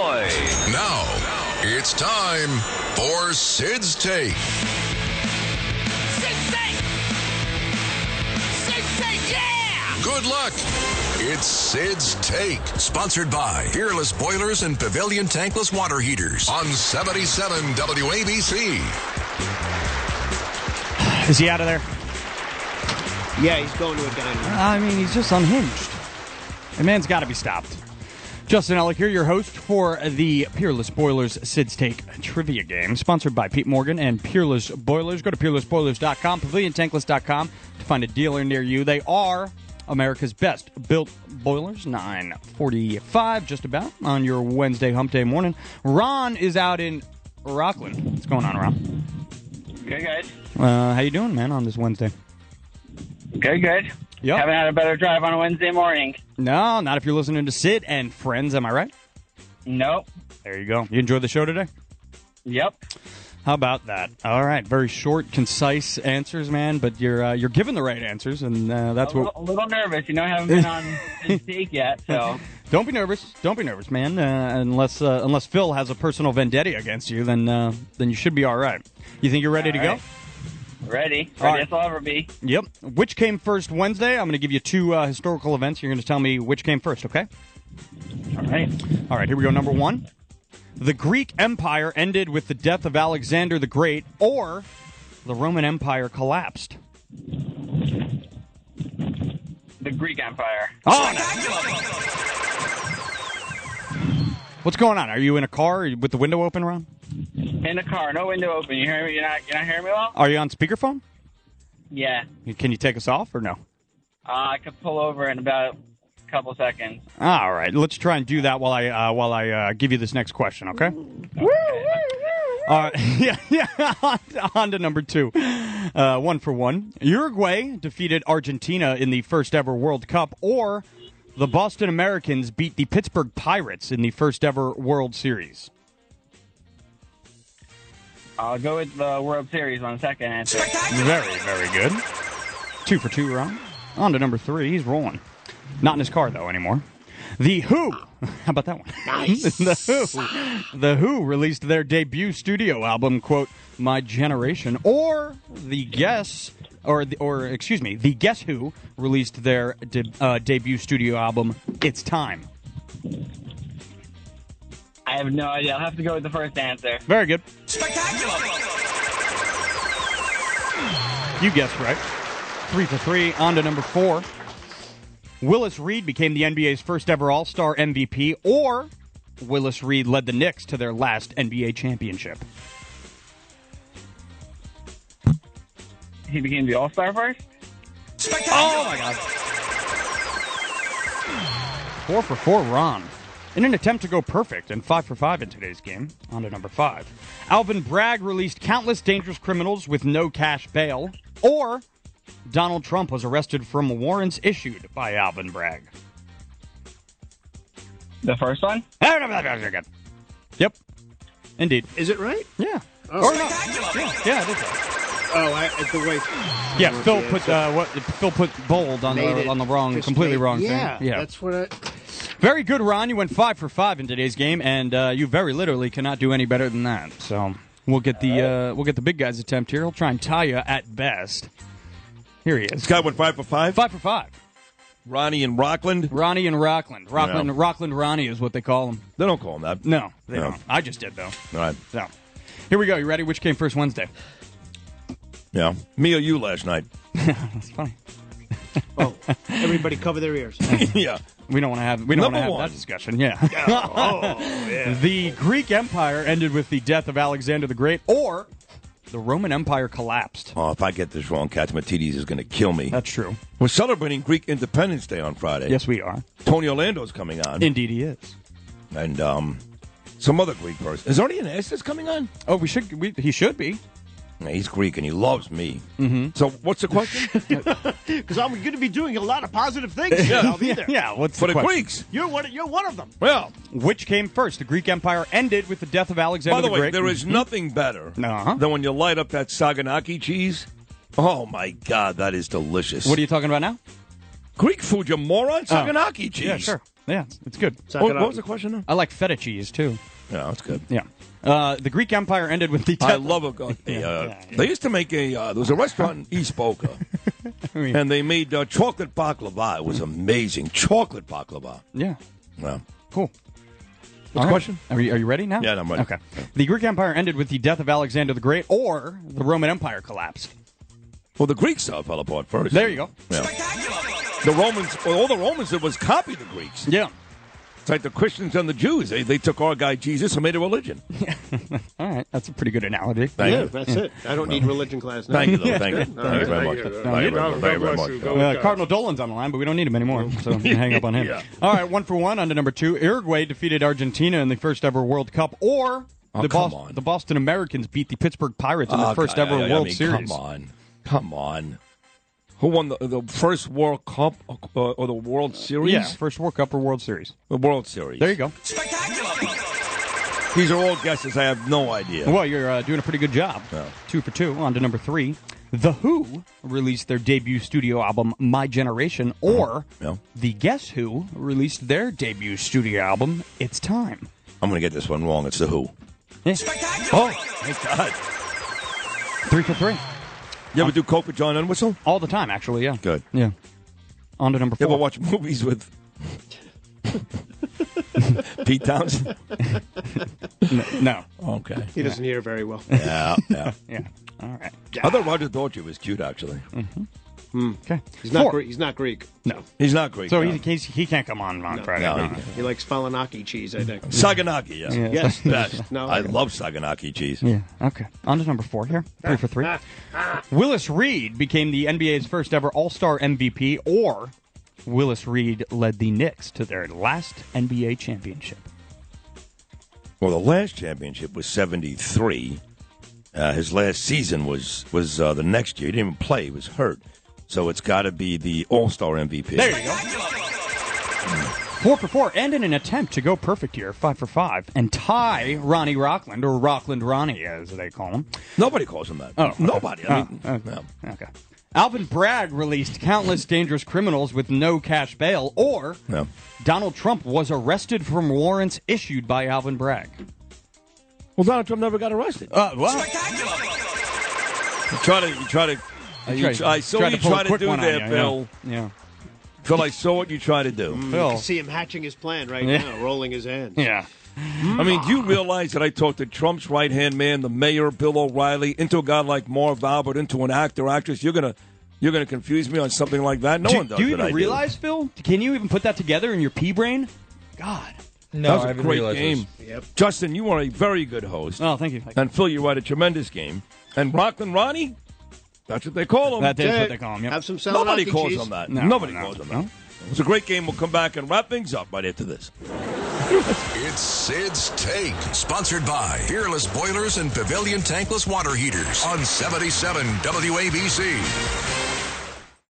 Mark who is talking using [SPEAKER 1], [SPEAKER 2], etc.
[SPEAKER 1] Today.
[SPEAKER 2] Now, it's time for Sid's Take.
[SPEAKER 3] Six eight. Six eight, yeah.
[SPEAKER 2] Good luck. It's Sid's Take, sponsored by Fearless Boilers and Pavilion Tankless Water Heaters on 77 WABC.
[SPEAKER 4] Is he out of there?
[SPEAKER 5] Yeah, he's going to a diner.
[SPEAKER 4] I mean, he's just unhinged. The man's got to be stopped. Justin Ellick here, your host for the Peerless Boilers Sid's Take Trivia Game, sponsored by Pete Morgan and Peerless Boilers. Go to peerlessboilers.com, paviliontankless.com to find a dealer near you. They are America's best built boilers, 945 just about on your Wednesday hump day morning. Ron is out in Rockland. What's going on, Ron?
[SPEAKER 6] Good, good.
[SPEAKER 4] Uh, how you doing, man, on this Wednesday?
[SPEAKER 6] Good, good.
[SPEAKER 4] Yep.
[SPEAKER 6] Haven't had a better drive on a Wednesday morning.
[SPEAKER 4] No, not if you're listening to Sid and Friends, am I right?
[SPEAKER 6] Nope.
[SPEAKER 4] There you go. You enjoyed the show today?
[SPEAKER 6] Yep.
[SPEAKER 4] How about that? All right, very short, concise answers, man. But you're uh, you're given the right answers, and uh, that's
[SPEAKER 6] a, little,
[SPEAKER 4] what.
[SPEAKER 6] a little nervous. You know, I haven't been on his take yet, so.
[SPEAKER 4] Don't be nervous. Don't be nervous, man. Uh, unless uh, unless Phil has a personal vendetta against you, then uh, then you should be all right. You think you're ready to
[SPEAKER 6] All
[SPEAKER 4] go?
[SPEAKER 6] right. Ready. Ready
[SPEAKER 4] All right.
[SPEAKER 6] as I'll ever be.
[SPEAKER 4] Yep. Which came first, Wednesday? I'm going to give you two uh, historical events. You're going to tell me which came first, okay?
[SPEAKER 6] All right.
[SPEAKER 4] All right, here we go. Number one. The Greek Empire ended with the death of Alexander the Great, or the Roman Empire collapsed.
[SPEAKER 6] The Greek Empire.
[SPEAKER 4] Oh, What's going on? Are you in a car with the window open, Ron?
[SPEAKER 6] In the car, no window open. You hear me? You're not, you're not hearing me well?
[SPEAKER 4] Are you on speakerphone?
[SPEAKER 6] Yeah.
[SPEAKER 4] Can you take us off or no?
[SPEAKER 6] Uh, I could pull over in about a couple seconds.
[SPEAKER 4] All right, let's try and do that while I uh, while I uh, give you this next question, okay? All right, yeah, yeah. On, on to number two, uh, one for one. Uruguay defeated Argentina in the first ever World Cup, or the Boston Americans beat the Pittsburgh Pirates in the first ever World Series.
[SPEAKER 6] I'll go with the World Series on the second answer.
[SPEAKER 4] Very, very good. Two for two, Ron. On to number three. He's rolling. Not in his car, though, anymore. The Who. How about that one? Nice. the Who. The Who released their debut studio album, quote, My Generation, or The Guess, or, the, or excuse me, The Guess Who released their de- uh, debut studio album, It's Time.
[SPEAKER 6] I have no idea. I'll have to go with the first answer.
[SPEAKER 4] Very good. You guessed right. Three for three. On to number four. Willis Reed became the NBA's first ever All Star MVP, or Willis Reed led the Knicks to their last NBA championship.
[SPEAKER 6] He became the All Star first?
[SPEAKER 4] Oh my God. Four for four, Ron. In an attempt to go perfect and five for five in today's game, on to number five. Alvin Bragg released countless dangerous criminals with no cash bail, or Donald Trump was arrested from warrants issued by Alvin Bragg.
[SPEAKER 6] The first one?
[SPEAKER 4] Yep. Indeed.
[SPEAKER 5] Is it right?
[SPEAKER 4] Yeah.
[SPEAKER 5] Oh.
[SPEAKER 4] Or not. Yeah, yeah, it is. right.
[SPEAKER 5] Oh, I, it's the way.
[SPEAKER 4] Yeah, Phil put uh, what Phil put bold on
[SPEAKER 5] Made
[SPEAKER 4] the
[SPEAKER 5] it.
[SPEAKER 4] on the wrong,
[SPEAKER 5] Just
[SPEAKER 4] completely
[SPEAKER 5] made-
[SPEAKER 4] wrong
[SPEAKER 5] yeah,
[SPEAKER 4] thing.
[SPEAKER 5] that's what I.
[SPEAKER 4] Very good, Ron. You went five for five in today's game, and uh, you very literally cannot do any better than that. So we'll get the uh, we'll get the big guy's attempt here. He'll try and tie you at best. Here he is,
[SPEAKER 7] Scott went five for five.
[SPEAKER 4] five for five.
[SPEAKER 7] Ronnie in Rockland.
[SPEAKER 4] Ronnie and Rockland, Rockland,
[SPEAKER 7] No.
[SPEAKER 4] Rockland. Ronnie is what they call him.
[SPEAKER 7] They don't call him that.
[SPEAKER 4] No, they
[SPEAKER 7] No.
[SPEAKER 4] don't. I just did though.
[SPEAKER 7] All right.
[SPEAKER 4] So here we go. You ready? Which came first, Wednesday?
[SPEAKER 7] Yeah. Me or you last night?
[SPEAKER 4] That's funny.
[SPEAKER 5] Oh, everybody cover their ears.
[SPEAKER 7] yeah.
[SPEAKER 4] We don't want to have we don't want
[SPEAKER 7] Number
[SPEAKER 4] to have
[SPEAKER 7] one.
[SPEAKER 4] that discussion. Yeah. Oh. the Greek Empire ended with the death of Alexander the Great, or the Roman Empire collapsed.
[SPEAKER 7] Oh, if I get this wrong, Katzmatidis is going to kill me.
[SPEAKER 4] That's true.
[SPEAKER 7] We're celebrating Greek Independence Day on Friday.
[SPEAKER 4] Yes, we are.
[SPEAKER 7] Tony Orlando's coming on,
[SPEAKER 4] Indeed, he is.
[SPEAKER 7] and um, some other Greek person. Is Ernie Anastas coming on?
[SPEAKER 4] Oh, we should. We, he should be.
[SPEAKER 7] Yeah, he's Greek and he loves me. Mm-hmm. So what's the question?
[SPEAKER 5] Because I'm going to be doing a lot of positive things.
[SPEAKER 7] Yeah.
[SPEAKER 5] I'll be there.
[SPEAKER 4] Yeah. What's
[SPEAKER 7] For
[SPEAKER 4] the
[SPEAKER 7] the
[SPEAKER 4] question?
[SPEAKER 7] Greeks.
[SPEAKER 5] You're one. You're one of them.
[SPEAKER 7] Well,
[SPEAKER 4] Which came first? The Greek Empire ended with the death of Alexander
[SPEAKER 7] by the way,
[SPEAKER 4] Great.
[SPEAKER 7] there is nothing better
[SPEAKER 4] Uh-huh.
[SPEAKER 7] than when you light up that Saganaki cheese. Oh my God, that is delicious.
[SPEAKER 4] What are you talking about now?
[SPEAKER 7] Greek food, you moron? Saganaki cheese.
[SPEAKER 4] Yeah, sure. Yeah, it's good.
[SPEAKER 7] What, what was the question? Though?
[SPEAKER 4] I like feta cheese too.
[SPEAKER 7] No, it's good.
[SPEAKER 4] Yeah. Uh, the Greek Empire ended with the.
[SPEAKER 7] I
[SPEAKER 4] death-
[SPEAKER 7] love a good. Uh,
[SPEAKER 4] yeah, yeah.
[SPEAKER 7] They used to make a. Uh, there was a restaurant in East Boca, and they made uh, chocolate baklava. It was amazing. Chocolate baklava.
[SPEAKER 4] Yeah.
[SPEAKER 7] Yeah.
[SPEAKER 4] Cool.
[SPEAKER 7] What's the
[SPEAKER 4] All right.
[SPEAKER 7] question?
[SPEAKER 4] Are you, are you ready now?
[SPEAKER 7] Yeah, I'm ready.
[SPEAKER 4] Okay. The Greek Empire ended with the death of Alexander the Great, or the Roman Empire collapsed.
[SPEAKER 7] Well, the Greeks uh, fell apart first.
[SPEAKER 4] There you go.
[SPEAKER 7] Yeah. The Romans, well, all the Romans did was copy the Greeks.
[SPEAKER 4] Yeah.
[SPEAKER 7] It's like the Christians and the Jews. They, they took our guy Jesus and made a religion.
[SPEAKER 4] All right. That's a pretty good analogy.
[SPEAKER 7] Thank
[SPEAKER 5] yeah,
[SPEAKER 7] you.
[SPEAKER 5] that's it. I don't need religion class now.
[SPEAKER 7] Thank you, though. Thank you. Thank you very much. Thank you very much. Thank you very much.
[SPEAKER 4] Uh, Cardinal Dolan's on the line, but we don't need him anymore, so I'm gonna hang up on him.
[SPEAKER 7] Oh, Yeah.
[SPEAKER 4] All right, one for one on to number two. Uruguay defeated Argentina in the first ever World Cup, or
[SPEAKER 7] Oh,
[SPEAKER 4] the,
[SPEAKER 7] come on.
[SPEAKER 4] the Boston Americans beat the Pittsburgh Pirates in the
[SPEAKER 7] Oh,
[SPEAKER 4] first
[SPEAKER 7] God,
[SPEAKER 4] ever
[SPEAKER 7] I- I
[SPEAKER 4] World
[SPEAKER 7] mean,
[SPEAKER 4] Series.
[SPEAKER 7] Come on, come on. Who won the, the first World Cup uh, or the World Series?
[SPEAKER 4] Yeah, first World Cup or World Series.
[SPEAKER 7] The World Series.
[SPEAKER 4] There you go.
[SPEAKER 7] These are all guesses. I have no idea.
[SPEAKER 4] Well, you're uh, doing a pretty good job.
[SPEAKER 7] Yeah.
[SPEAKER 4] Two for two. On to number three. The Who released their debut studio album, My Generation, or
[SPEAKER 7] Uh-huh. Yeah.
[SPEAKER 4] The Guess Who released their debut studio album, It's Time. Eh.
[SPEAKER 7] I'm going to get this one wrong. It's the Who.
[SPEAKER 4] Yeah.
[SPEAKER 7] Oh, thank God.
[SPEAKER 4] Three for three.
[SPEAKER 7] You ever do coke with John Entwistle?
[SPEAKER 4] All the time, actually, yeah.
[SPEAKER 7] Good.
[SPEAKER 4] Yeah. On to number
[SPEAKER 7] You
[SPEAKER 4] four.
[SPEAKER 7] ever watch movies with Pete Townsend?
[SPEAKER 4] no.
[SPEAKER 7] Okay.
[SPEAKER 5] He doesn't hear very well.
[SPEAKER 7] Yeah, yeah.
[SPEAKER 4] Yeah. Mm. All right.
[SPEAKER 7] I thought Roger Daltrey was cute, actually.
[SPEAKER 4] Okay.
[SPEAKER 5] He's not
[SPEAKER 4] Four.
[SPEAKER 5] Greek. He's not Greek.
[SPEAKER 4] No.
[SPEAKER 7] He's not great.
[SPEAKER 4] So
[SPEAKER 7] no.
[SPEAKER 4] he, he's, he can't come on on Friday.
[SPEAKER 7] No, he
[SPEAKER 4] No.
[SPEAKER 7] can't.
[SPEAKER 5] He likes Falanaki cheese, I think.
[SPEAKER 7] Saganaki, yeah.
[SPEAKER 4] Yeah.
[SPEAKER 5] Yes.
[SPEAKER 7] Best.
[SPEAKER 5] No.
[SPEAKER 7] I love Saganaki cheese.
[SPEAKER 4] Yeah. Okay. On to number four here. Three for three. Willis Reed became the NBA's first ever All Star MVP, or Willis Reed led the Knicks to their last NBA championship.
[SPEAKER 7] Well, the last championship was '73. Uh, his last season was was uh, the next year. He didn't even play; he was hurt. So it's got to be the All Star MVP.
[SPEAKER 4] There you go. Four for four, and in an attempt to go perfect here, five for five, and tie Ronnie Rockland, or Rockland Ronnie, as they call him.
[SPEAKER 7] Nobody calls him that.
[SPEAKER 4] Oh, okay.
[SPEAKER 7] nobody. I mean,
[SPEAKER 4] Oh, okay.
[SPEAKER 7] no.
[SPEAKER 4] Okay. Alvin Bragg released countless dangerous criminals with no cash bail, or
[SPEAKER 7] No.
[SPEAKER 4] Donald Trump was arrested from warrants issued by Alvin Bragg.
[SPEAKER 7] Well, Donald Trump never got arrested.
[SPEAKER 4] Uh, well,
[SPEAKER 7] You try to, you try to. you
[SPEAKER 4] tried-
[SPEAKER 7] try- I saw
[SPEAKER 4] tried
[SPEAKER 7] you
[SPEAKER 4] to pull a
[SPEAKER 7] try to
[SPEAKER 4] quick
[SPEAKER 7] do
[SPEAKER 4] one on
[SPEAKER 7] there,
[SPEAKER 4] you, yeah. Mm.
[SPEAKER 7] Bill.
[SPEAKER 4] Yeah,
[SPEAKER 7] Phil, I saw what you try to do.
[SPEAKER 5] You
[SPEAKER 4] Bill.
[SPEAKER 5] can see him hatching his plan right
[SPEAKER 4] Yeah.
[SPEAKER 5] now, rolling his hands.
[SPEAKER 4] Yeah,
[SPEAKER 7] I mean, do you realize that I talked to Trump's right hand man, the mayor, Bill O'Reilly, into a guy like Marv Albert, into an actor, actress? You're gonna, you're gonna confuse me on something like that? No
[SPEAKER 4] do,
[SPEAKER 7] one does.
[SPEAKER 4] do you
[SPEAKER 7] what I
[SPEAKER 4] even
[SPEAKER 7] do.
[SPEAKER 4] realize, Phil? Can you even put that together in your pea brain? God.
[SPEAKER 1] No,
[SPEAKER 7] that was a
[SPEAKER 1] I haven't
[SPEAKER 7] great
[SPEAKER 1] realized
[SPEAKER 7] game.
[SPEAKER 1] this.
[SPEAKER 5] Yep.
[SPEAKER 7] Justin, you are a very good host.
[SPEAKER 4] Oh, thank you. That
[SPEAKER 7] and Phil, you had a tremendous game. And Rockland Ronnie, that's what they call him.
[SPEAKER 4] is what
[SPEAKER 5] Hey,
[SPEAKER 4] they call him. yep.
[SPEAKER 5] Have some salad.
[SPEAKER 7] Nobody calls him that.
[SPEAKER 4] No,
[SPEAKER 7] Nobody
[SPEAKER 4] no,
[SPEAKER 7] calls him
[SPEAKER 4] no.
[SPEAKER 7] that. It was a great game. We'll come back and wrap things up right after this.
[SPEAKER 2] It's Sid's Take, sponsored by Fearless Boilers and Pavilion Tankless Water Heaters on 77 WABC.